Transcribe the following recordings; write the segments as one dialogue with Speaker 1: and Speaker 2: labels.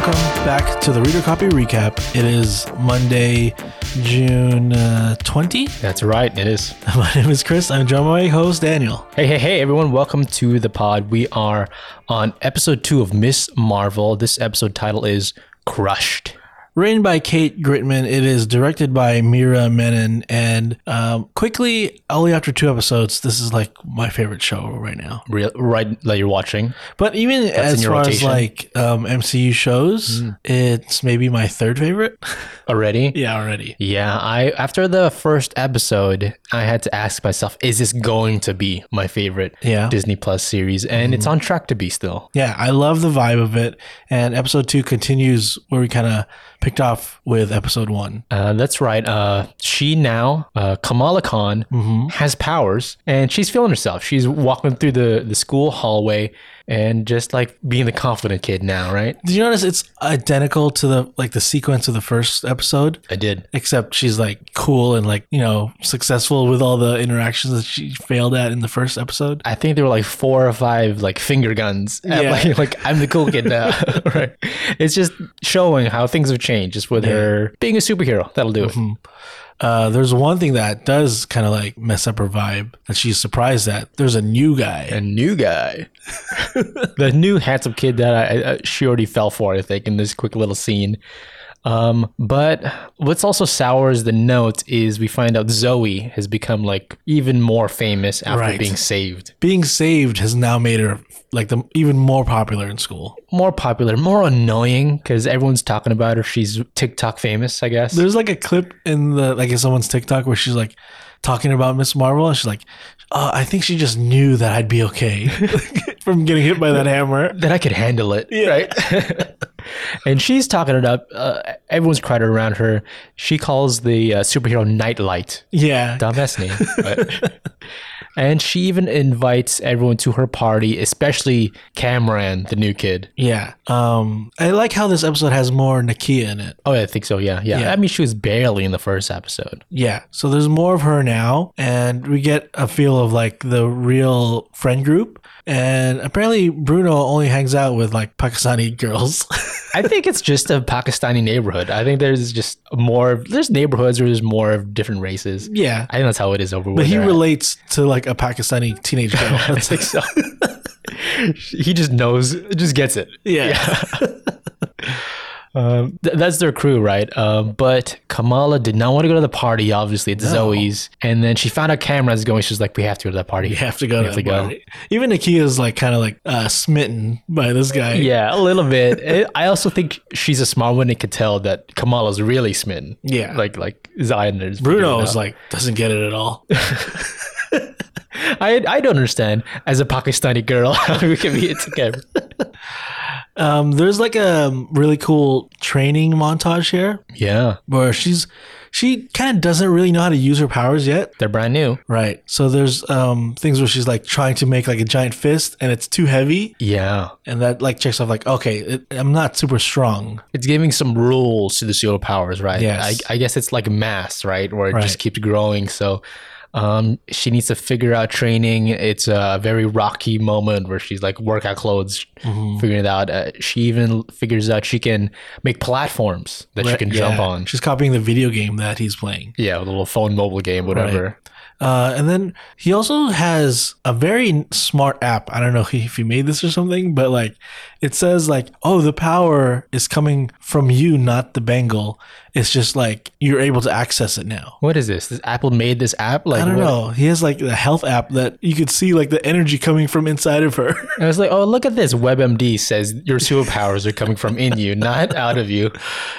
Speaker 1: back to the Reader Copy Recap. It is Monday, June uh, 20.
Speaker 2: That's right, it is.
Speaker 1: My name is Chris. I'm joined by my host, Daniel.
Speaker 2: Hey, hey, hey, everyone, welcome to the pod. We are on episode two of Miss Marvel. This episode title is Crushed.
Speaker 1: Written by Kate Gritman, it is directed by Mira Menon, and um, quickly, only after two episodes, this is like my favorite show right now.
Speaker 2: Real, right that you're watching.
Speaker 1: But even
Speaker 2: in
Speaker 1: as
Speaker 2: your
Speaker 1: far as
Speaker 2: rotation? Hmm.
Speaker 1: like um, MCU shows, it's maybe my third favorite.
Speaker 2: Already?
Speaker 1: yeah, already.
Speaker 2: Yeah, I after the first episode, I had to ask myself, is this going to be my favorite
Speaker 1: Yeah.
Speaker 2: Disney Plus series? And it's on track to be still.
Speaker 1: Yeah, I love the vibe of it. And episode two continues where we kind of picked off with episode one.
Speaker 2: Uh, that's right. Uh, she now, uh, Kamala Khan, has powers and she's feeling herself. She's walking through the, the school hallway and just like being the confident kid now, right?
Speaker 1: Did you notice it's identical to the like the sequence of the first episode?
Speaker 2: I did.
Speaker 1: Except she's like cool and like, you know, successful with all the interactions that she failed at in the first episode.
Speaker 2: I think there were like four or five like finger guns. at,
Speaker 1: Yeah.
Speaker 2: Like, like, I'm the cool kid now. right. It's just showing how things have changed just with her being a superhero. That'll do it.
Speaker 1: Uh, there's one thing that does kind of like mess up her vibe that she's surprised at. There's a new guy.
Speaker 2: A new guy. the new handsome kid that I, I, she already fell for, I think, in this quick little scene. Um, but what's also sours the note is we find out Zoe has become like even more famous after
Speaker 1: Right.
Speaker 2: being saved.
Speaker 1: Being saved has now made her like the even more popular in school.
Speaker 2: More popular, more annoying because everyone's talking about her. She's TikTok famous, I guess.
Speaker 1: There's like a clip in the like in someone's TikTok where she's like talking about Miss Marvel and she's like, uh, I think she just knew that I'd be okay from getting hit by that hammer.
Speaker 2: that I could handle it, right? and she's talking it up. Uh, everyone's crowded around her. She calls the uh, superhero Nightlight.
Speaker 1: Yeah.
Speaker 2: Dumbass name. but- and she even invites everyone to her party, especially Cameron, the new kid.
Speaker 1: Yeah. Um I like how this episode has more Nakia in it.
Speaker 2: Oh, yeah, I think so. Yeah, yeah.
Speaker 1: Yeah.
Speaker 2: I mean, she was barely in the first episode.
Speaker 1: Yeah. So there's more of her now and we get a feel of like the real friend group. And apparently Bruno only hangs out with like Pakistani girls.
Speaker 2: I think it's just a Pakistani neighborhood. I think there's just more. There's neighborhoods where there's more of different races.
Speaker 1: yeah.
Speaker 2: I think that's how it is over.
Speaker 1: But he relates to like a Pakistani teenage girl. That's like,
Speaker 2: so. he just knows, just gets it.
Speaker 1: yeah.
Speaker 2: Th- that's their crew, right? Um, but Kamala did not want to go to the party, obviously. It's Zoe's. And then she found out Cameron's going. She's like, we have to go to that party.
Speaker 1: You have to go.
Speaker 2: We
Speaker 1: to that party. Even Nakia's like kind of like uh, smitten by this guy.
Speaker 2: Yeah, a little bit. It- I also think she's a smart one and could tell that Kamala's really smitten.
Speaker 1: Yeah.
Speaker 2: Like, like Zion is.
Speaker 1: Bruno is like doesn't get it at all.
Speaker 2: I, I don't understand as a Pakistani girl how we can be into Cameron.
Speaker 1: Um, there's like a really cool training montage here
Speaker 2: yeah.
Speaker 1: where she's she kind of doesn't really know how to use her powers yet.
Speaker 2: They're brand new.
Speaker 1: Right. So there's um, things where she's like trying to make like a giant fist and it's too heavy,
Speaker 2: Yeah.
Speaker 1: and that like checks off like okay, it, I'm not super strong.
Speaker 2: It's giving some rules to the superpowers, right?
Speaker 1: Yes.
Speaker 2: I, I guess it's like mass, right? Where it
Speaker 1: Right.
Speaker 2: just keeps growing. So um, she needs to figure out training. It's a very rocky moment where she's like workout clothes,
Speaker 1: Mm-hmm.
Speaker 2: figuring it out. Uh, she even figures out she can make platforms that she can jump
Speaker 1: Yeah.
Speaker 2: on.
Speaker 1: She's copying the video game that he's playing.
Speaker 2: Yeah, with a little phone mobile game, whatever.
Speaker 1: Uh, and then he also has a very smart app. I don't know if he made this or something, but like it says like, oh, the power is coming from you, not the bangle. It's just like you're able to access it now.
Speaker 2: What is this? This Apple made this app? Like,
Speaker 1: I don't
Speaker 2: what-
Speaker 1: know. He has like the health app that you could see like the energy coming from inside of her.
Speaker 2: I was like, oh, look at this. WebMD says your superpowers are coming from in you, not out of you.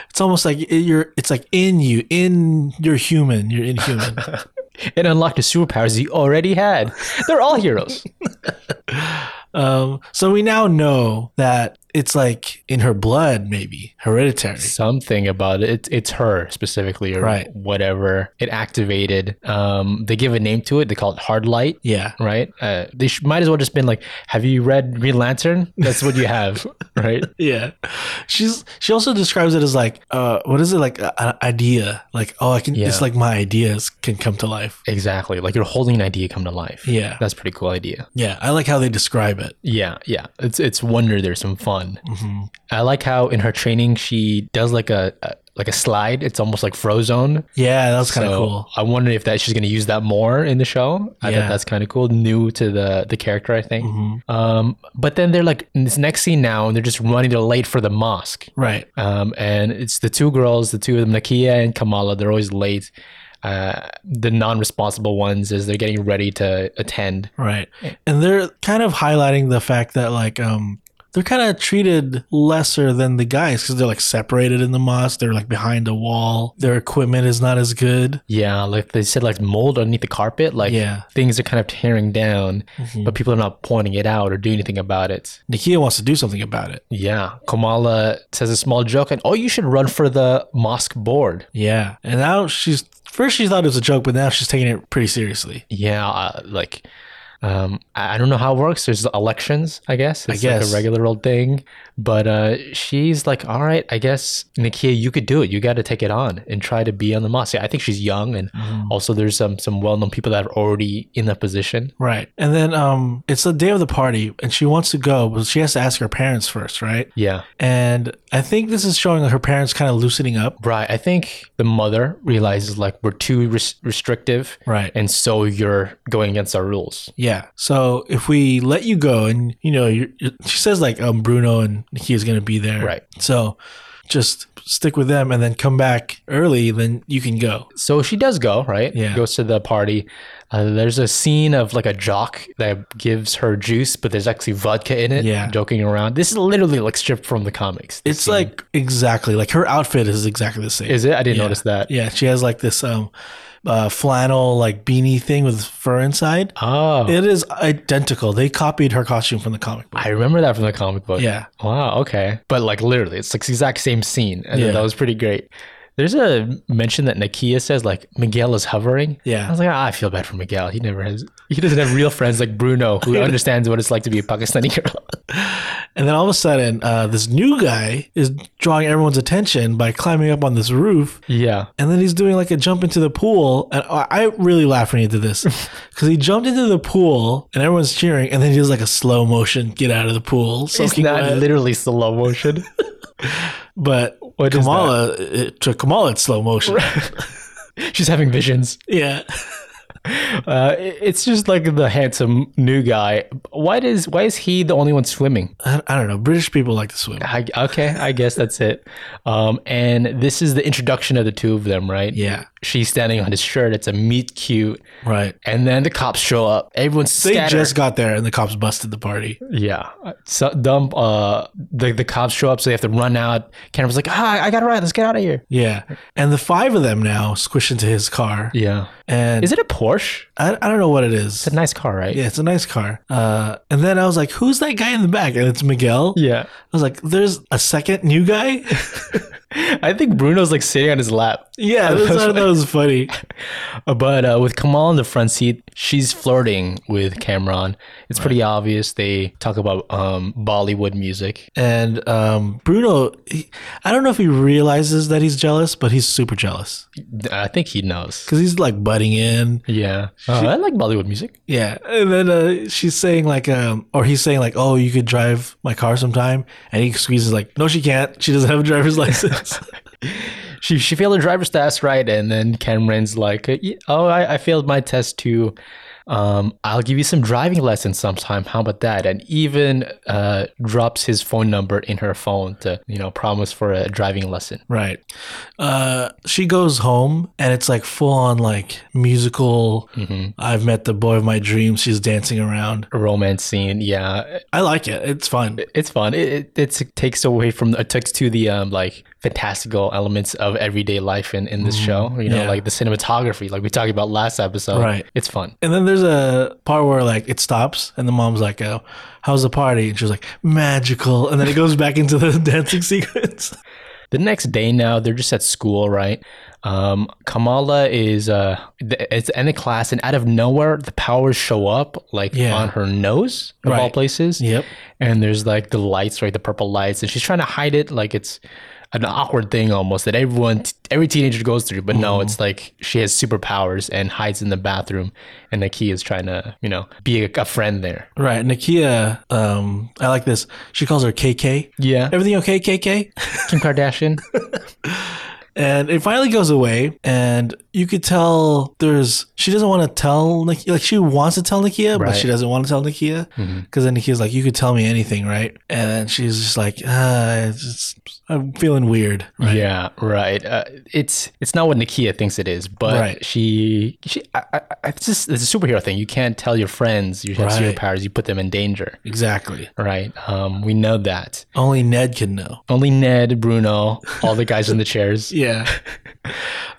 Speaker 1: it's almost like it- you're. It's like in you, in you're human. You're inhuman.
Speaker 2: It unlocked the superpowers you already had. They're all heroes.
Speaker 1: um, so we now know that it's like in her blood, maybe hereditary.
Speaker 2: something about it. It's, it's her specifically, or
Speaker 1: Right.
Speaker 2: whatever. It activated. Um, they give a name to it. They call it Hard Light.
Speaker 1: Yeah.
Speaker 2: Right. Uh, they sh- might as well just been like, "Have you read Green Lantern? That's what you have, right?
Speaker 1: Yeah. She's she also describes it as like uh what is it like a- an idea like oh I can
Speaker 2: Yeah.
Speaker 1: it's like my ideas can come to life.
Speaker 2: Exactly. Like you're holding an idea come to life.
Speaker 1: Yeah.
Speaker 2: That's a pretty cool idea.
Speaker 1: Yeah, I like how they describe it. Mm-hmm.
Speaker 2: Yeah, yeah. It's it's wonder there's some fun. I like how in her training she does like a, a like a slide. It's almost like Frozone.
Speaker 1: Yeah, that was kind of
Speaker 2: So
Speaker 1: cool.
Speaker 2: I wonder if that she's going to use that more in the show. I
Speaker 1: Yeah.
Speaker 2: thought that's kind of cool, new to the the character. I think.
Speaker 1: Mm-hmm.
Speaker 2: Um, but then they're like in this next scene now, and they're just running. They're late for the mosque.
Speaker 1: Right.
Speaker 2: Um, and it's the two girls, the two of them, Nakia and Kamala. They're always late. Uh, the non-responsible ones as they're getting ready to attend.
Speaker 1: Right. And they're kind of highlighting the fact that like um they're kind of treated lesser than the guys because they're like separated in the mosque. They're like behind a wall. Their equipment is not as good.
Speaker 2: Yeah, like they said, like mold underneath the carpet. Like
Speaker 1: Yeah.
Speaker 2: things are kind of tearing down, but people are not pointing it out or doing anything about it.
Speaker 1: Nikia wants to do something about it.
Speaker 2: Yeah, Kamala says a small joke, and oh, you should run for the mosque board.
Speaker 1: Yeah. And now she's first she thought it was a joke, but now she's taking it pretty seriously.
Speaker 2: Yeah, uh, like um, I I don't know how it works. There's elections, I guess. It's like
Speaker 1: guess.
Speaker 2: a regular old thing. But uh, she's like, all right, I guess Nikia, you could do it. You got to take it on and try to be on the mosque. Yeah, I think she's young, and also there's some some well known people that are already in that position.
Speaker 1: Right. And then um it's the day of the party and she wants to go, but she has to ask her parents first, right?
Speaker 2: Yeah.
Speaker 1: And I think this is showing her parents kind of loosening up.
Speaker 2: Right. I think the mother realizes like we're too res- restrictive.
Speaker 1: Right.
Speaker 2: And so you're going against our rules.
Speaker 1: Yeah. So if we let you go, and you know, you're, you're- she says like, um, Bruno and Nikia's gonna be there,
Speaker 2: Right.
Speaker 1: So just stick with them, and then come back early, then you can go.
Speaker 2: So she does go, right?
Speaker 1: Yeah.
Speaker 2: Goes to the party. Uh, there's a scene of like a jock that gives her juice, but there's actually vodka in it.
Speaker 1: Yeah.
Speaker 2: Joking around. This is literally like stripped from the comics.
Speaker 1: It's like exactly like her outfit is exactly the same.
Speaker 2: Is it? I didn't notice that.
Speaker 1: yeah, she has like this um, uh, flannel like beanie thing with fur inside.
Speaker 2: Oh.
Speaker 1: It is identical. They copied her costume from the comic book.
Speaker 2: I remember that from the comic book.
Speaker 1: Yeah.
Speaker 2: Wow. Okay. But like literally, it's like the exact same scene. And
Speaker 1: Yeah.
Speaker 2: that was pretty great. There's a mention that Nakia says like Miguel is hovering.
Speaker 1: Yeah.
Speaker 2: I was like, ah, I feel bad for Miguel. He never has. He doesn't have real friends like Bruno, who understands what it's like to be a Pakistani girl.
Speaker 1: And then all of a sudden, uh, this new guy is drawing everyone's attention by climbing up on this roof
Speaker 2: yeah.
Speaker 1: And then he's doing like a jump into the pool. And I I really laughed when he did this because he jumped into the pool and everyone's cheering. And then he does like a slow motion get out of the pool.
Speaker 2: It's
Speaker 1: soaking
Speaker 2: not
Speaker 1: wet.
Speaker 2: literally slow motion.
Speaker 1: but
Speaker 2: What is
Speaker 1: Kamala, it, to Kamala, it's slow motion.
Speaker 2: She's having visions.
Speaker 1: Yeah.
Speaker 2: Uh, it- it's just like the handsome new guy. Why does why is he the only one swimming?
Speaker 1: I, I don't know. British people like to swim.
Speaker 2: I, okay, I guess that's it. Um, and this is the introduction of the two of them, right?
Speaker 1: Yeah.
Speaker 2: She's standing on his shirt. It's a meet cute.
Speaker 1: Right.
Speaker 2: And then the cops show up. Everyone's
Speaker 1: They
Speaker 2: scattered.
Speaker 1: just got there and the cops busted the party.
Speaker 2: yeah. So dumb. Uh, the the cops show up, so they have to run out. Cameron's like, ah, I got to ride. Let's get out of here.
Speaker 1: Yeah. And the five of them now squish into his car.
Speaker 2: Yeah.
Speaker 1: And
Speaker 2: Is it a Porsche?
Speaker 1: I, I don't know what it is.
Speaker 2: It's a nice car, right?
Speaker 1: Yeah, it's a nice car. Uh, and then I was like, who's that guy in the back? And it's Miguel.
Speaker 2: Yeah.
Speaker 1: I was like, there's a second new guy?
Speaker 2: I think Bruno's like sitting on his lap.
Speaker 1: yeah, that's
Speaker 2: That's
Speaker 1: that was funny.
Speaker 2: Uh, But uh, with Kamal in the front seat, she's flirting with Cameron. It's pretty obvious. They talk about um, Bollywood music.
Speaker 1: And um, Bruno, he, I don't know if he realizes that he's jealous, but he's super jealous
Speaker 2: I think he knows.
Speaker 1: because he's like butting in.
Speaker 2: Yeah. Uh, I like Bollywood music.
Speaker 1: Yeah, and then uh, she's saying like, um, or he's saying like, oh, you could drive my car sometime, and he squeezes like, no, she can't. She doesn't have a driver's license.
Speaker 2: She, she failed her driver's test, right? And then Cameron's like, "Yeah, oh, I, I failed my test too. Um, I'll give you some driving lessons sometime. How about that? And even uh, drops his phone number in her phone to, you know, promise for a driving lesson.
Speaker 1: Right. Uh, she goes home and it's like full on like musical. I've met the boy of my dreams. She's dancing around.
Speaker 2: Romance scene. Yeah.
Speaker 1: I like it. It's fun.
Speaker 2: it's fun. It, it it's, it takes away from it takes to the um like fantastical elements of everyday life in in this show. You know,
Speaker 1: Mm-hmm. Yeah.
Speaker 2: like the cinematography, like we talked about last episode.
Speaker 1: Right.
Speaker 2: It's fun.
Speaker 1: And then there's a part where like it stops and the mom's like, oh, how's the party? And she's like, magical. And then it goes back into the dancing sequence.
Speaker 2: The next day now, they're just at school, right? Um, Kamala is uh, th- it's the end of class, and out of nowhere, the powers show up like
Speaker 1: Yeah.
Speaker 2: on her nose of all
Speaker 1: Right.
Speaker 2: places.
Speaker 1: Yep.
Speaker 2: And there's like the lights, right? The purple lights, and she's trying to hide it, like it's an awkward thing almost that everyone, every teenager goes through. But
Speaker 1: Mm-hmm.
Speaker 2: no, it's like she has superpowers and hides in the bathroom, and Nakia is trying to, you know, be a, a friend there.
Speaker 1: Right. Nakia, um, I like this. She calls her KK.
Speaker 2: Yeah,
Speaker 1: Everything okay, KK?
Speaker 2: Kim Kardashian.
Speaker 1: And it finally goes away, and you could tell there's she doesn't want to tell Nakia. Like she wants to tell Nakia, but
Speaker 2: Right.
Speaker 1: she doesn't want to tell Nakia because then Nakia's like, "You could tell me anything, right?" And then she's just like, ah, it's just- "I'm feeling weird." Right.
Speaker 2: Yeah, right. Uh, it's it's not what Nakia thinks it is, but
Speaker 1: Right.
Speaker 2: she she. I, I, I- it's just it's a superhero thing. You can't tell your friends you have
Speaker 1: Right.
Speaker 2: superpowers. You put them in danger,
Speaker 1: Exactly.
Speaker 2: right? Um, we know that.
Speaker 1: Only Ned can know.
Speaker 2: Only Ned, Bruno, all the guys in the chairs.
Speaker 1: Yeah.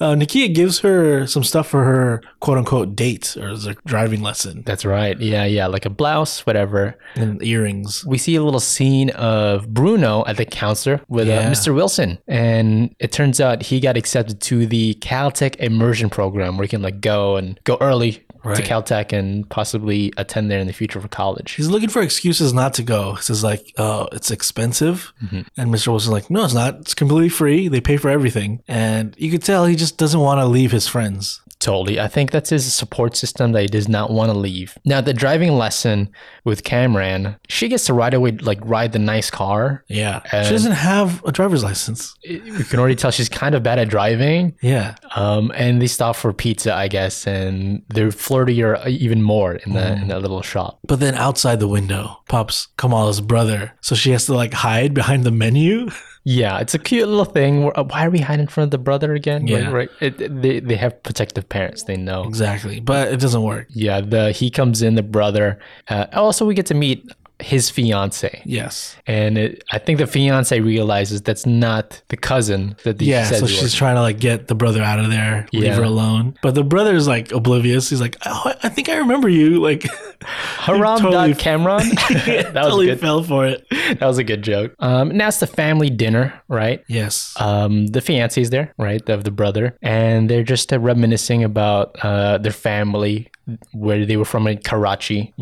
Speaker 1: uh, Nakia gives her some stuff for her quote unquote date or the driving lesson
Speaker 2: That's right. Yeah, yeah. Like a blouse, whatever.
Speaker 1: and earrings.
Speaker 2: We see a little scene of Bruno at the counselor with uh,
Speaker 1: Yeah.
Speaker 2: Mr. Wilson, and it turns out he got accepted to the Caltech immersion program, where he can like go and go early to
Speaker 1: Right.
Speaker 2: Caltech and possibly attend there in the future for college.
Speaker 1: He's looking for excuses not to go. He says like, "Oh, it's expensive," and Mr. Wilson's like, "No, it's not. It's completely free. They pay for everything." And you could tell he just doesn't want to leave his friends.
Speaker 2: Totally, I think that's his support system that he does not want to leave. Now, the driving lesson with Cameron, she gets to ride away, like ride the nice car.
Speaker 1: Yeah,
Speaker 2: And-
Speaker 1: she doesn't have a driver's license.
Speaker 2: You can already tell she's kind of bad at driving.
Speaker 1: Yeah,
Speaker 2: Um, and they stop for pizza, I guess, and they're flirtier uh, even more in the
Speaker 1: Mm.
Speaker 2: in that little shop.
Speaker 1: but then outside the window pops Kamala's brother, so she has to like hide behind the menu.
Speaker 2: Yeah, it's a cute little thing. Where, uh, why are we hiding in front of the brother again?
Speaker 1: Yeah.
Speaker 2: right. right. It, they they have protective parents. They know.
Speaker 1: exactly, but it doesn't work.
Speaker 2: Yeah, the he comes in the brother. Uh, also, we get to meet his fiance,
Speaker 1: Yes.
Speaker 2: and it, I think the fiance realizes that's not the cousin that the
Speaker 1: Yeah,
Speaker 2: says
Speaker 1: so
Speaker 2: he was.
Speaker 1: she's trying to like get the brother out of there,
Speaker 2: Yeah.
Speaker 1: leave her alone. But the brother's like oblivious. He's like, oh, I think I remember you. Like,
Speaker 2: Haram
Speaker 1: totally-
Speaker 2: dot Cameron. that was
Speaker 1: totally
Speaker 2: good.
Speaker 1: fell for it.
Speaker 2: That was a good joke. Um, now it's the family dinner, right?
Speaker 1: Yes.
Speaker 2: um, the fiance's there, right, of the brother, and they're just uh, reminiscing about uh, their family, where they were from in Karachi,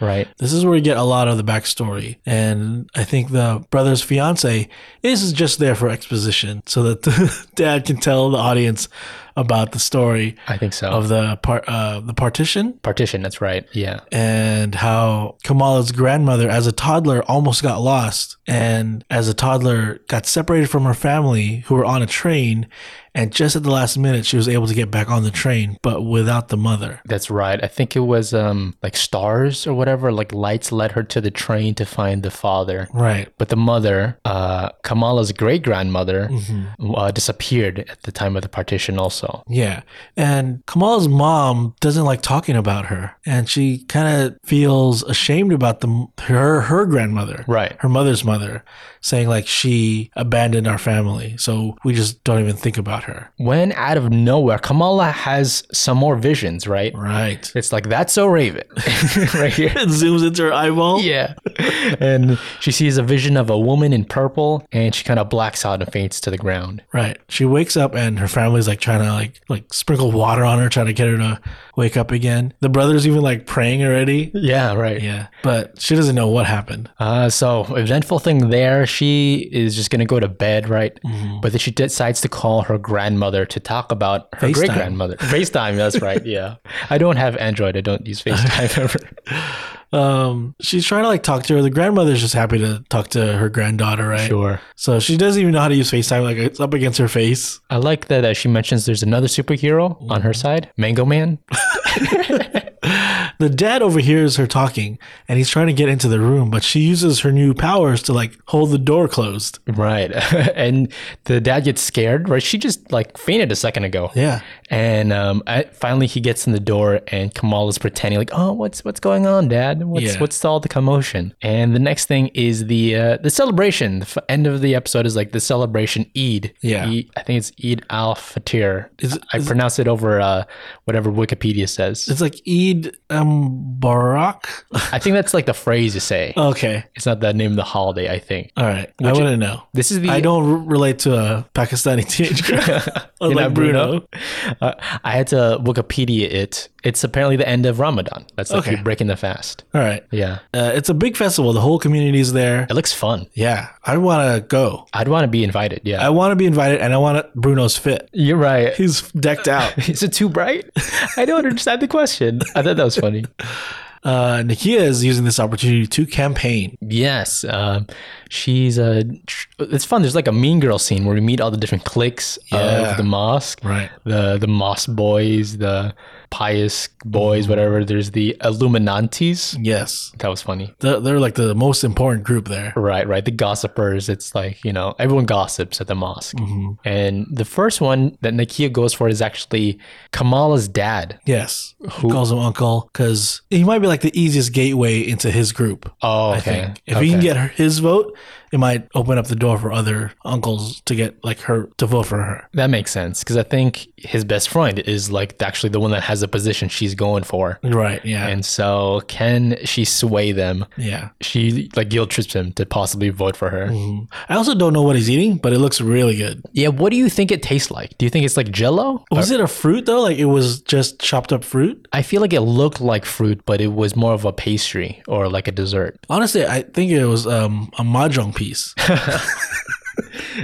Speaker 2: right?
Speaker 1: This is where we get a lot of the backstory. And I think the brother's fiance is just there for exposition so that the dad can tell the audience about the story
Speaker 2: I think so.
Speaker 1: of the part uh, the partition
Speaker 2: Partition, that's right. Yeah,
Speaker 1: and how Kamala's grandmother as a toddler almost got lost and as a toddler got separated from her family who were on a train and just at the last minute she was able to get back on the train but without the mother.
Speaker 2: that's right. I think it was um, like stars or whatever, like lights led her to the train to find the father.
Speaker 1: Right.
Speaker 2: But the mother, uh, Kamala's great grandmother, uh, disappeared at the time of the partition, also.
Speaker 1: Yeah. And Kamala's mom doesn't like talking about her and she kind of feels ashamed about the her her grandmother.
Speaker 2: Right.
Speaker 1: Her mother's mother saying like she abandoned our family. So we just don't even think about her.
Speaker 2: When out of nowhere, Kamala has some more visions, right?
Speaker 1: Right.
Speaker 2: It's like that's so Raven right here.
Speaker 1: It zooms into her eyeball.
Speaker 2: Yeah. And she sees a vision of a woman in purple and she kind of blacks out and faints to the ground.
Speaker 1: Right. She wakes up and her family's like trying to like like sprinkle water on her, trying to get her to wake up again. The brother's even like praying already.
Speaker 2: Yeah, right.
Speaker 1: Yeah. But she doesn't know what happened.
Speaker 2: Uh, so, eventful thing there. She is just going to go to bed, right? But then she decides to call her grandmother to talk about her
Speaker 1: FaceTime.
Speaker 2: great grandmother. FaceTime, that's right. Yeah. I don't have Android. I don't use FaceTime ever.
Speaker 1: Um she's trying to like talk to her. The grandmother's just happy to talk to her granddaughter, right?
Speaker 2: Sure.
Speaker 1: So she doesn't even know how to use FaceTime, like it's up against her face.
Speaker 2: I like that uh, she mentions there's another superhero on her side, Mango Man.
Speaker 1: The dad overhears her talking and he's trying to get into the room, but she uses her new powers to like hold the door closed.
Speaker 2: Right. and the dad gets scared, right? She just like fainted a second ago.
Speaker 1: Yeah.
Speaker 2: And um, I, finally, he gets in the door, and Kamala's pretending like, "Oh, what's what's going on, Dad? What's
Speaker 1: Yeah.
Speaker 2: what's all the commotion?" And the next thing is the uh, the celebration. The f- end of the episode is like the celebration Eid.
Speaker 1: Yeah.
Speaker 2: E- I think it's Eid al Fatir.
Speaker 1: Is it-
Speaker 2: I pronounce it over uh, whatever Wikipedia says.
Speaker 1: It's like Eid uh, Shambarak?
Speaker 2: I think that's like the phrase you say.
Speaker 1: Okay.
Speaker 2: It's not the name of the holiday, I think.
Speaker 1: All right. I
Speaker 2: Which-
Speaker 1: wouldn't know.
Speaker 2: This is the
Speaker 1: I don't r- relate to a Pakistani teenager.
Speaker 2: You're
Speaker 1: Unlike
Speaker 2: not Bruno. Uh, I had to Wikipedia it. It's apparently the end of Ramadan. That's like
Speaker 1: Okay.
Speaker 2: you're breaking the fast.
Speaker 1: All right.
Speaker 2: Yeah.
Speaker 1: Uh, it's a big festival. The whole community's there.
Speaker 2: It looks fun.
Speaker 1: Yeah. I want to go.
Speaker 2: I'd want to be invited. Yeah.
Speaker 1: I want to be invited and I want Bruno's fit.
Speaker 2: you're right.
Speaker 1: He's decked out.
Speaker 2: Is it too bright? I don't understand the question. I thought that was funny.
Speaker 1: Uh, Nakia is using this opportunity to campaign.
Speaker 2: Yes, um, she's a. It's fun. There's like a Mean Girl scene where we meet all the different cliques
Speaker 1: Yeah.
Speaker 2: of the mosque,
Speaker 1: Right.
Speaker 2: the the mosque boys, the pious
Speaker 1: Mm.
Speaker 2: boys, whatever. There's the Illuminantes.
Speaker 1: Yes.
Speaker 2: That was funny.
Speaker 1: They're, they're like the most important group there.
Speaker 2: Right, right. The gossipers. It's like you know everyone gossips at the mosque.
Speaker 1: Mm-hmm.
Speaker 2: And the first one that Nakia goes for is actually Kamala's dad.
Speaker 1: Yes. He calls him uncle because he might be like the easiest gateway into his group.
Speaker 2: Oh,
Speaker 1: I
Speaker 2: okay.
Speaker 1: think if he can
Speaker 2: Okay.
Speaker 1: get her, his vote, it might open up the door for other uncles to get like her to vote for her.
Speaker 2: That makes sense because I think his best friend is like actually the one that has the position she's going for.
Speaker 1: Right. Yeah.
Speaker 2: And so, can she sway them?
Speaker 1: yeah.
Speaker 2: She like guilt trips him to possibly vote for her.
Speaker 1: Mhm. I also don't know what he's eating, but it looks really good.
Speaker 2: Yeah, what do you think it tastes like? Do you think it's like jello?
Speaker 1: Was it a fruit though? Like it was just chopped up fruit?
Speaker 2: I feel like it looked like fruit, but it was more of a pastry or like a dessert.
Speaker 1: Honestly, I think it was um, a mahjong piece.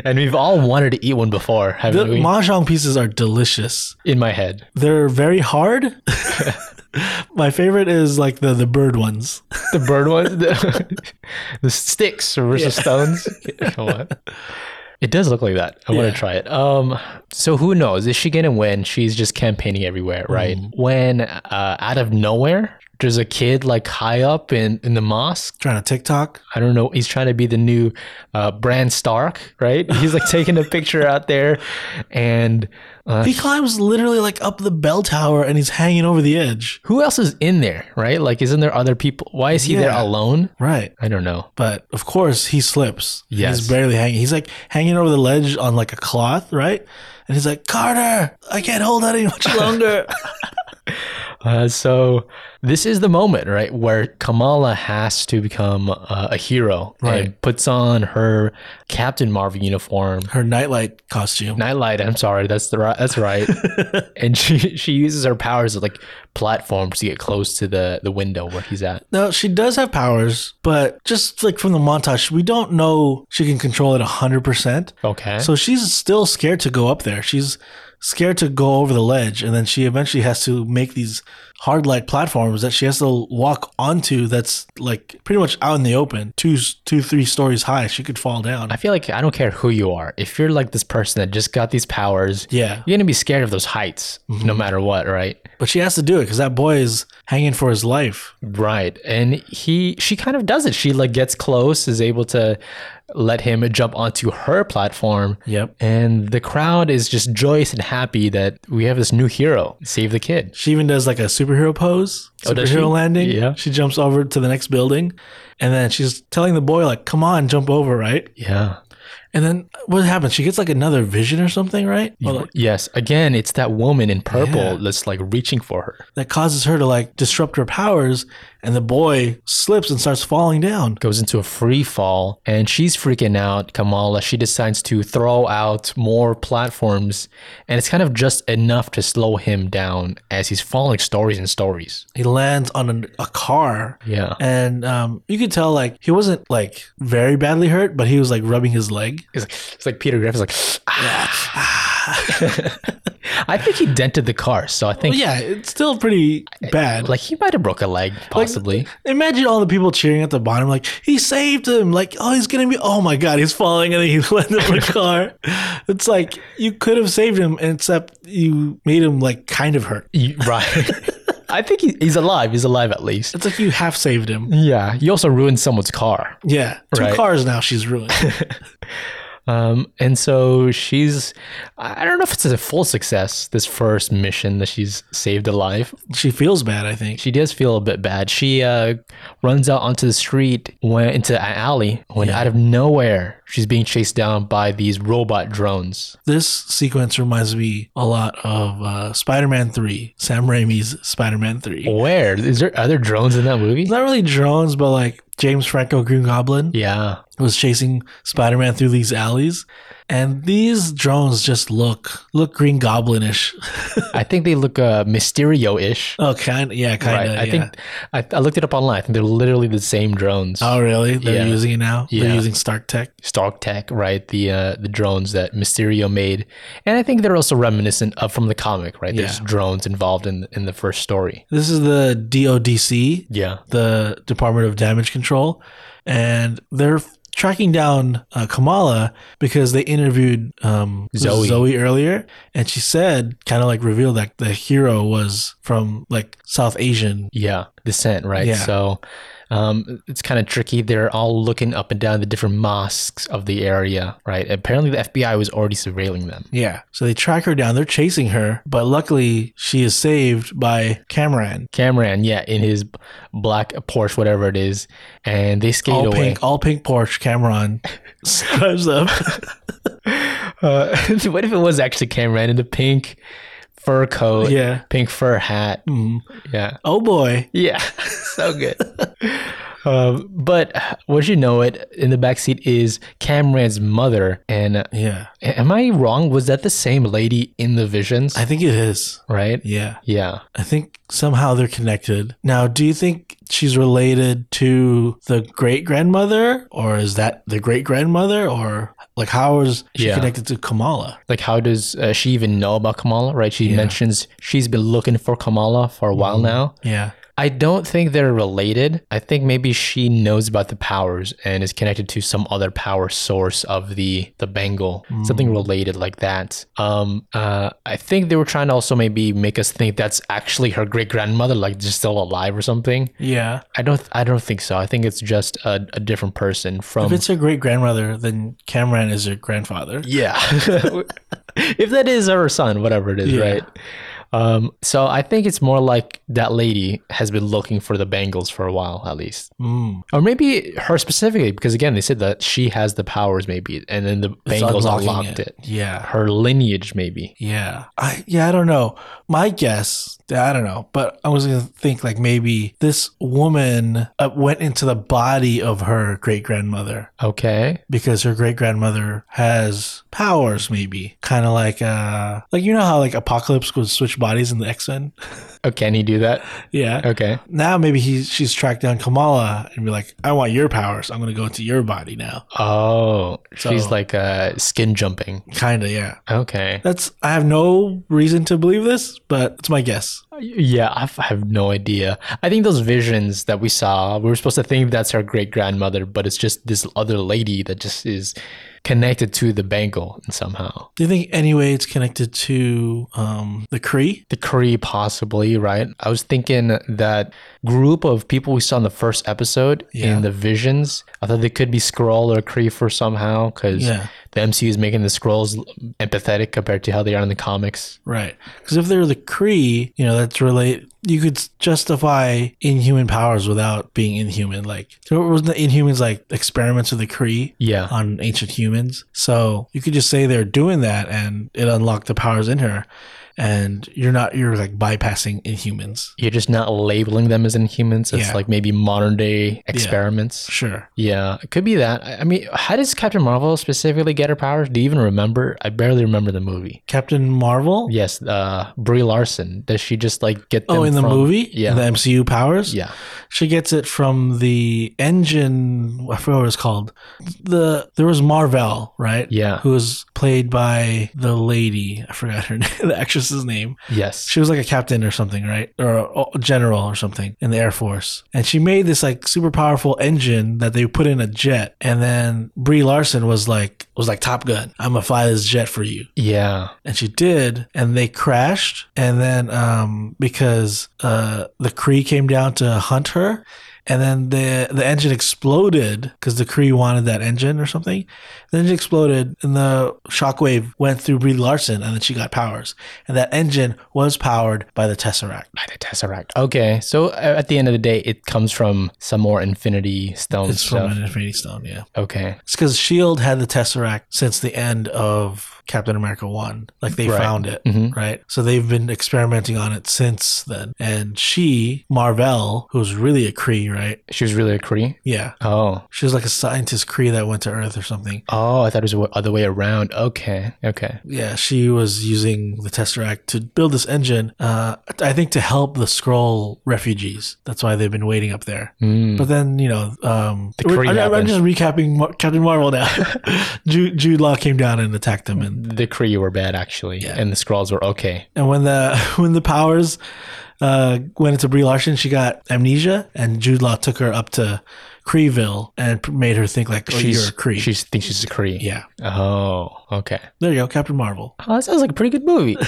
Speaker 2: And we've all wanted to eat one before, haven't
Speaker 1: The
Speaker 2: we?
Speaker 1: mahjong pieces are delicious.
Speaker 2: In my head.
Speaker 1: They're very hard. My favorite is like the the bird ones.
Speaker 2: The bird ones, the, the sticks versus stones. What? It does look like that. I want
Speaker 1: Yeah.
Speaker 2: to try it. Um, so who knows? Is she gonna win? She's just campaigning everywhere, right?
Speaker 1: Mm-hmm.
Speaker 2: When uh, out of nowhere, there's a kid like high up in in the mosque.
Speaker 1: Trying to TikTok.
Speaker 2: I don't know. He's trying to be the new uh, Bran Stark, right? He's like taking a picture out there, and uh,
Speaker 1: He climbs literally like up the bell tower and he's hanging over the edge.
Speaker 2: who else is in there, right? Like, isn't there other people? Why is he there
Speaker 1: Yeah.
Speaker 2: alone?
Speaker 1: Right.
Speaker 2: I don't know.
Speaker 1: But of course, he slips.
Speaker 2: Yes.
Speaker 1: He's barely hanging. He's like hanging over the ledge on like a cloth, right? And he's like, Carter, I can't hold on any much longer.
Speaker 2: Uh, so this is the moment, right, where Kamala has to become uh, a hero
Speaker 1: Right.
Speaker 2: and puts on her Captain Marvel uniform.
Speaker 1: Her nightlight costume.
Speaker 2: Nightlight. I'm sorry, that's the right. That's right. and she she uses her powers as like platforms to get close to the the window where he's at.
Speaker 1: Now, she does have powers, but just like from the montage, we don't know she can control it 100%.
Speaker 2: Okay.
Speaker 1: So she's still scared to go up there. She's scared to go over the ledge. And then she eventually has to make these hard light platforms that she has to walk onto that's like pretty much out in the open, two, two three stories high. She could fall down.
Speaker 2: I feel like I don't care who you are. If you're like this person that just got these powers,
Speaker 1: Yeah, Mm-hmm.
Speaker 2: you're gonna be scared of those heights, no matter what, right?
Speaker 1: but she has to do it because that boy is hanging for his life.
Speaker 2: Right. And he she kind of does it. She like gets close, is able to let him jump onto her platform.
Speaker 1: Yep.
Speaker 2: And the crowd is just joyous and happy that we have this new hero. Save the kid.
Speaker 1: She even does like a superhero pose,
Speaker 2: Oh, does
Speaker 1: superhero
Speaker 2: she?
Speaker 1: landing.
Speaker 2: Yeah.
Speaker 1: She jumps over to the next building, and then she's telling the boy like, "Come on, jump over, right?"
Speaker 2: Yeah.
Speaker 1: And then what happens? She gets like another vision or something, right? Or, like,
Speaker 2: Yes. Again, it's that woman in purple
Speaker 1: Yeah.
Speaker 2: that's like reaching for her.
Speaker 1: that causes her to like disrupt her powers, and the boy slips and starts falling down.
Speaker 2: Goes into a free fall and she's freaking out. Kamala, she decides to throw out more platforms and it's kind of just enough to slow him down as he's falling stories and stories.
Speaker 1: He lands on a, a car.
Speaker 2: Yeah.
Speaker 1: And um, you could tell, like, he wasn't like very badly hurt, but he was like rubbing his leg.
Speaker 2: It's like, it's like Peter Griffin's like, "Ah." I think he dented the car, so I think
Speaker 1: But yeah, it's still pretty bad.
Speaker 2: like he might have broke a leg, possibly.
Speaker 1: Imagine all the people cheering at the bottom, like, he saved him. Like, oh, he's going to be, oh my God, he's falling and then he landed on a car. It's like, you could have saved him, except you made him, like, kind of hurt.
Speaker 2: You- right. I think he, he's alive. He's alive at least.
Speaker 1: It's like you half saved him.
Speaker 2: Yeah. You also ruined someone's car.
Speaker 1: Yeah. Two
Speaker 2: Right.
Speaker 1: cars now she's ruined.
Speaker 2: Um, and so she's, I I don't know if it's a full success, this first mission that she's saved a life.
Speaker 1: she feels bad, I think.
Speaker 2: She does feel a bit bad. She uh, runs out onto the street, went into an alley, when out of nowhere, she's being chased down by these robot drones.
Speaker 1: This sequence reminds me a lot of uh, Spider-Man 3, Sam Raimi's Spider-Man 3.
Speaker 2: Where is there other drones in that movie?
Speaker 1: It's not really drones, but like James Franco Green Goblin
Speaker 2: Yeah,
Speaker 1: was chasing Spider-Man through these alleys, and these drones just look look Green Goblin-ish.
Speaker 2: I think they look uh, Mysterio-ish.
Speaker 1: Oh, kind, yeah, kind of.
Speaker 2: I think I, I looked it up online. I think they're literally the same drones.
Speaker 1: Oh, really? They're
Speaker 2: Yeah.
Speaker 1: using it now. They're
Speaker 2: Yeah.
Speaker 1: using Stark Tech.
Speaker 2: Stark Tech, right? The uh, the drones that Mysterio made, and I think they're also reminiscent of from the comic, right? There's
Speaker 1: Yeah.
Speaker 2: drones involved in in the first story.
Speaker 1: This is the DODC,
Speaker 2: Yeah,
Speaker 1: the Department of Damage Control, and they're f- tracking down uh, Kamala because they interviewed um,
Speaker 2: Zoe.
Speaker 1: Zoe earlier, and she said, kind of like revealed that the hero was from like South Asian.
Speaker 2: yeah, descent, right?
Speaker 1: Yeah.
Speaker 2: So. Um, it's kind of tricky. They're all looking up and down the different mosques of the area, right? Apparently, the FBI was already surveilling them.
Speaker 1: Yeah. So they track her down. They're chasing her, but luckily she is saved by Cameron.
Speaker 2: Cameron, yeah, in his black Porsche, whatever it is, and they skate
Speaker 1: All
Speaker 2: away.
Speaker 1: pink, all pink Porsche. Cameron drives up.
Speaker 2: Uh, what if it was actually Cameron in the pink fur coat,
Speaker 1: yeah.
Speaker 2: pink fur hat?
Speaker 1: Mm.
Speaker 2: Yeah.
Speaker 1: Oh boy.
Speaker 2: Yeah. so good. um, but would you know it, in the backseat is Cameron's mother. And uh,
Speaker 1: Yeah.
Speaker 2: am I wrong? Was that the same lady in the visions?
Speaker 1: I think it is.
Speaker 2: right?
Speaker 1: Yeah.
Speaker 2: Yeah.
Speaker 1: I think somehow they're connected. Now, do you think she's related to the great grandmother, or is that the great grandmother, or like how is she
Speaker 2: Yeah.
Speaker 1: connected to Kamala?
Speaker 2: Like, how does uh, she even know about Kamala, right? She mentions she's been looking for Kamala for a
Speaker 1: Mm-hmm.
Speaker 2: while now.
Speaker 1: Yeah.
Speaker 2: I don't think they're related. I think maybe she knows about the powers and is connected to some other power source of the the Bengal,
Speaker 1: Mm.
Speaker 2: something related like that. Um, uh, I think they were trying to also maybe make us think that's actually her great grandmother, like just still alive or something.
Speaker 1: Yeah.
Speaker 2: I don't. I don't think so. I think it's just a, a different person
Speaker 1: If
Speaker 2: from.
Speaker 1: it's her great grandmother, then Cameron is her grandfather.
Speaker 2: Yeah. if that is her son, whatever it is,
Speaker 1: Yeah.
Speaker 2: right? Um, so I think it's more like that lady has been looking for the Bengals for a while, at least.
Speaker 1: Mm.
Speaker 2: Or maybe her specifically, because again, they said that she has the powers, maybe, and then the
Speaker 1: It's
Speaker 2: Bengals
Speaker 1: unlocking
Speaker 2: unlocked it.
Speaker 1: Yeah.
Speaker 2: Her lineage, maybe.
Speaker 1: Yeah. I yeah, I don't know. My guess, I don't know, but I was going to think like maybe this woman uh, went into the body of her great grandmother.
Speaker 2: Okay.
Speaker 1: because her great grandmother has powers, maybe kind of like uh, like you know how like Apocalypse would switch bodies in the X Men.
Speaker 2: Oh, can he do that?
Speaker 1: yeah.
Speaker 2: Okay.
Speaker 1: Now maybe he's she's tracked down Kamala and be like, I want your powers. I'm gonna go into your body now.
Speaker 2: Oh, she's
Speaker 1: So-
Speaker 2: like uh, skin jumping.
Speaker 1: Kinda, yeah.
Speaker 2: Okay.
Speaker 1: That's I have no reason to believe this, but it's my guess.
Speaker 2: Yeah, I f- I have no idea. I think those visions that we saw, we were supposed to think that's her great grandmother, but it's just this other lady that just is connected to the Bengal somehow.
Speaker 1: Do you think anyway it's connected to um, the Kree?
Speaker 2: the Kree, possibly, right? I was thinking that group of people we saw in the first episode
Speaker 1: Yeah.
Speaker 2: in the visions. I thought they could be Skrull or Kree for somehow because
Speaker 1: Yeah.
Speaker 2: the MCU is making the Skrulls empathetic compared to how they are in the comics.
Speaker 1: Right. Because if they're the Kree, you know, that's relate. You could justify inhuman powers without being inhuman. Like, so wasn't the inhumans like experiments of the Kree
Speaker 2: Yeah,
Speaker 1: on ancient humans? So you could just say they're doing that and it unlocked the powers in her. And you're not, you're like bypassing inhumans.
Speaker 2: you're just not labeling them as inhumans. It's
Speaker 1: Yeah.
Speaker 2: like maybe modern day experiments.
Speaker 1: Sure.
Speaker 2: Yeah, it could be that. I I mean, how does Captain Marvel specifically get her powers? Do you even remember? I barely remember the movie.
Speaker 1: Captain Marvel?
Speaker 2: Yes, uh, Brie Larson. Does she just like get? Them
Speaker 1: Oh, in the
Speaker 2: from-
Speaker 1: movie?
Speaker 2: Yeah.
Speaker 1: The MCU powers?
Speaker 2: Yeah.
Speaker 1: She gets it from the engine. I forgot what it's called. The there was Marvel, right?
Speaker 2: Yeah.
Speaker 1: who was played by the lady. I forgot her name, the actress's name.
Speaker 2: Yes.
Speaker 1: She was like a captain or something, right? Or a general or something in the Air Force. And she made this like super powerful engine that they put in a jet. And then Brie Larson was like was like Top Gun. I'm gonna fly this jet for you.
Speaker 2: Yeah.
Speaker 1: And she did, and they crashed. And then um, because uh, the Kree came down to hunt her, and then the the engine exploded because the Kree wanted that engine or something. The engine exploded, and the shockwave went through Brie Larson, and then she got powers. And that engine was powered by the Tesseract.
Speaker 2: By the Tesseract. Okay, so a- at the end of the day, it comes from some more Infinity Stone
Speaker 1: It's
Speaker 2: stuff.
Speaker 1: from an Infinity Stone, yeah.
Speaker 2: okay,
Speaker 1: It's because Shield E had the Tesseract since the end of Captain America One. Like they
Speaker 2: Right.
Speaker 1: found it,
Speaker 2: Mhm.
Speaker 1: right? So they've been experimenting on it since then. And she, Marvel, who's really a Kree, right?
Speaker 2: she was really a Kree.
Speaker 1: Yeah,
Speaker 2: Oh,
Speaker 1: she was like a scientist Kree that went to Earth or something.
Speaker 2: oh, I thought it was the other way around. Okay, okay,
Speaker 1: Yeah, she was using the Tesseract to build this engine. Uh, I think to help the Scroll refugees. That's why they've been waiting up there.
Speaker 2: Mm.
Speaker 1: But then you know, um,
Speaker 2: The Kree
Speaker 1: I- I- I'm
Speaker 2: happened.
Speaker 1: just recapping Mar- Captain Marvel now. Jude, Jude Law came down and attacked them, and
Speaker 2: the Kree were bad actually,
Speaker 1: Yeah.
Speaker 2: and the Skrulls were okay.
Speaker 1: And when the when the powers uh, went into Brie Larson, she got amnesia, and Jude Law took her up to Creeville and p- made her think like oh,
Speaker 2: she's
Speaker 1: you're a Cree.
Speaker 2: She thinks she's a Kree.
Speaker 1: yeah,
Speaker 2: Oh, okay.
Speaker 1: there you go, Captain Marvel.
Speaker 2: Oh, that sounds like a pretty good movie.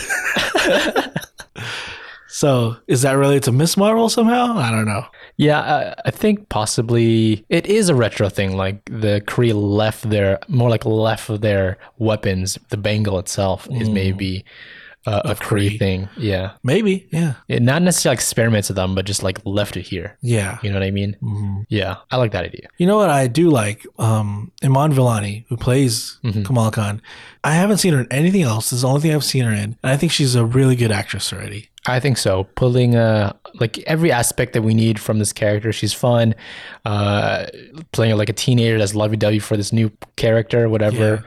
Speaker 1: So is that related to Miss Marvel somehow? I don't know.
Speaker 2: Yeah, I, I think possibly it is a retro thing. Like the Kree left their, more like left their weapons. The bangle itself is maybe uh, Mm. a Kree,
Speaker 1: Kree.
Speaker 2: thing. Yeah,
Speaker 1: Maybe, yeah,
Speaker 2: it, not necessarily experiments with them, but just like left it here.
Speaker 1: yeah.
Speaker 2: You know what I mean?
Speaker 1: Mhm.
Speaker 2: Yeah, I like that idea.
Speaker 1: You know what I do like? Um, Iman Vellani, who plays
Speaker 2: Mm-hmm.
Speaker 1: Kamala Khan, I haven't seen her in anything else. This is the only thing I've seen her in, and I think she's a really good actress already.
Speaker 2: I think so. Pulling uh like every aspect that we need from this character. She's fun, uh, playing like a teenager that's lovey-dovey for this new character, whatever.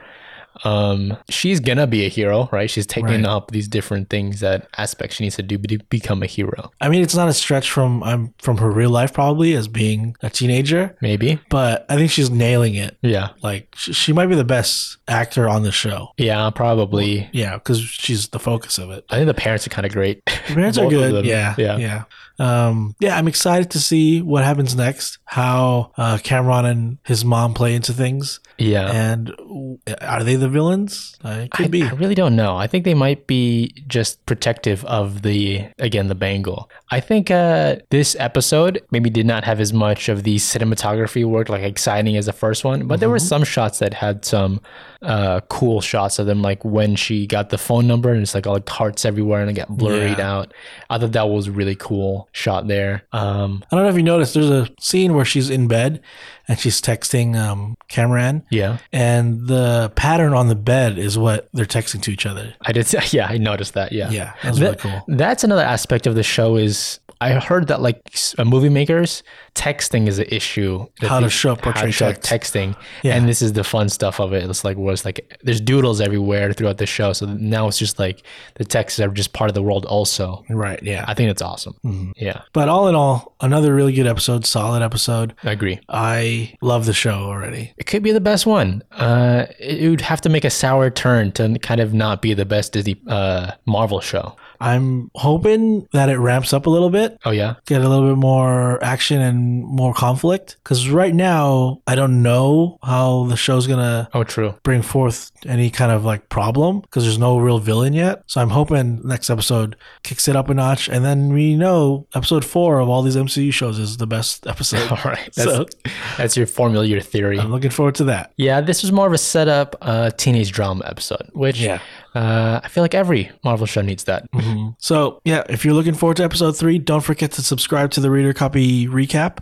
Speaker 2: Um, she's gonna be a hero, right? She's taking
Speaker 1: Right.
Speaker 2: up these different things that aspects she needs to do to become a hero.
Speaker 1: I mean, it's not a stretch from um, from her real life probably as being a teenager,
Speaker 2: Maybe.
Speaker 1: but I think she's nailing it.
Speaker 2: Yeah.
Speaker 1: Like sh- she might be the best actor on the show.
Speaker 2: Yeah. Probably.
Speaker 1: Yeah, because she's the focus of it.
Speaker 2: I think the parents are kind of great.
Speaker 1: The parents are
Speaker 2: Both of
Speaker 1: good.
Speaker 2: them.
Speaker 1: Yeah, yeah,
Speaker 2: Yeah.
Speaker 1: yeah. Um, yeah, I'm excited to see what happens next. How uh, Cameron and his mom play into things,
Speaker 2: yeah.
Speaker 1: and w- are they the villains? I could
Speaker 2: Uh. I,
Speaker 1: be.
Speaker 2: I really don't know. I think they might be just protective of the again the bangle. I think uh, this episode maybe did not have as much of the cinematography work like exciting as the first one, but there were
Speaker 1: Mm-hmm.
Speaker 2: some shots that had some uh, cool shots of them, like when she got the phone number and it's like all like hearts everywhere and it got blurred
Speaker 1: Yeah.
Speaker 2: out. I thought that was really cool shot there. Um,
Speaker 1: I don't know if you noticed. There's a scene where she's in bed, and she's texting um, Cameron,
Speaker 2: yeah,
Speaker 1: and the pattern on the bed is what they're texting to each other.
Speaker 2: I did. Yeah, I noticed that. Yeah,
Speaker 1: Yeah, that was really
Speaker 2: That-
Speaker 1: cool.
Speaker 2: That's another aspect of the show is I heard that like s- uh, movie makers texting is an issue. that
Speaker 1: How to
Speaker 2: they-
Speaker 1: show up
Speaker 2: how to
Speaker 1: portray
Speaker 2: show up
Speaker 1: text.
Speaker 2: texting,
Speaker 1: Yeah.
Speaker 2: and this is the fun stuff of it. It's like where it's like there's doodles everywhere throughout the show, so now it's just like the texts are just part of the world. Also,
Speaker 1: Right. Yeah.
Speaker 2: I think that's awesome.
Speaker 1: Mm-hmm.
Speaker 2: Yeah,
Speaker 1: But all in all, another really good episode, solid episode.
Speaker 2: I agree.
Speaker 1: I love the show already.
Speaker 2: It could be the best one. Uh, it it would have to make a sour turn to kind of not be the best Disney uh, Marvel show.
Speaker 1: I'm hoping that it ramps up a little bit,
Speaker 2: Oh yeah,
Speaker 1: get a little bit more action and more conflict. Because right now, I don't know how the show's going to
Speaker 2: oh true.
Speaker 1: bring forth any kind of like problem because there's no real villain yet. So I'm hoping next episode kicks it up a notch. And then we know episode four of all these MCU shows is the best episode.
Speaker 2: All right, that's,
Speaker 1: So Oh.
Speaker 2: that's your formula, your theory.
Speaker 1: I'm looking forward to that.
Speaker 2: Yeah, this was more of a setup uh, teenage drama episode, which
Speaker 1: Yeah. Mm.
Speaker 2: uh, I feel like every Marvel show needs that.
Speaker 1: Mm-hmm. So, yeah, if you're looking forward to episode three, don't forget to subscribe to the Reader Copy Recap.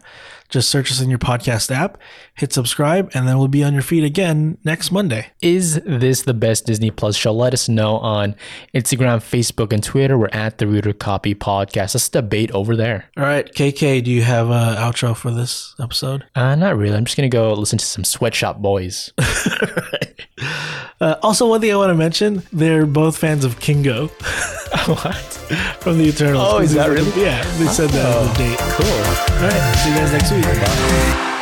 Speaker 1: Just search us in your podcast app, hit subscribe, and then we'll be on your feed again next Monday.
Speaker 2: Is this the best Disney Plus show? Let us know on Instagram, Facebook, and Twitter. We're at the Reader Copy Podcast. Let's debate over there.
Speaker 1: All right, KK, do you have an outro for this episode?
Speaker 2: Uh, not really. I'm just gonna go listen to some Sweatshop Boys.
Speaker 1: Uh, also, one thing I want to mention they're both fans of Kingo
Speaker 2: what?
Speaker 1: from the Eternals.
Speaker 2: Oh, is that really?
Speaker 1: Yeah, they said that on the date.
Speaker 2: Cool.
Speaker 1: All right, see you guys next week.
Speaker 2: Bye.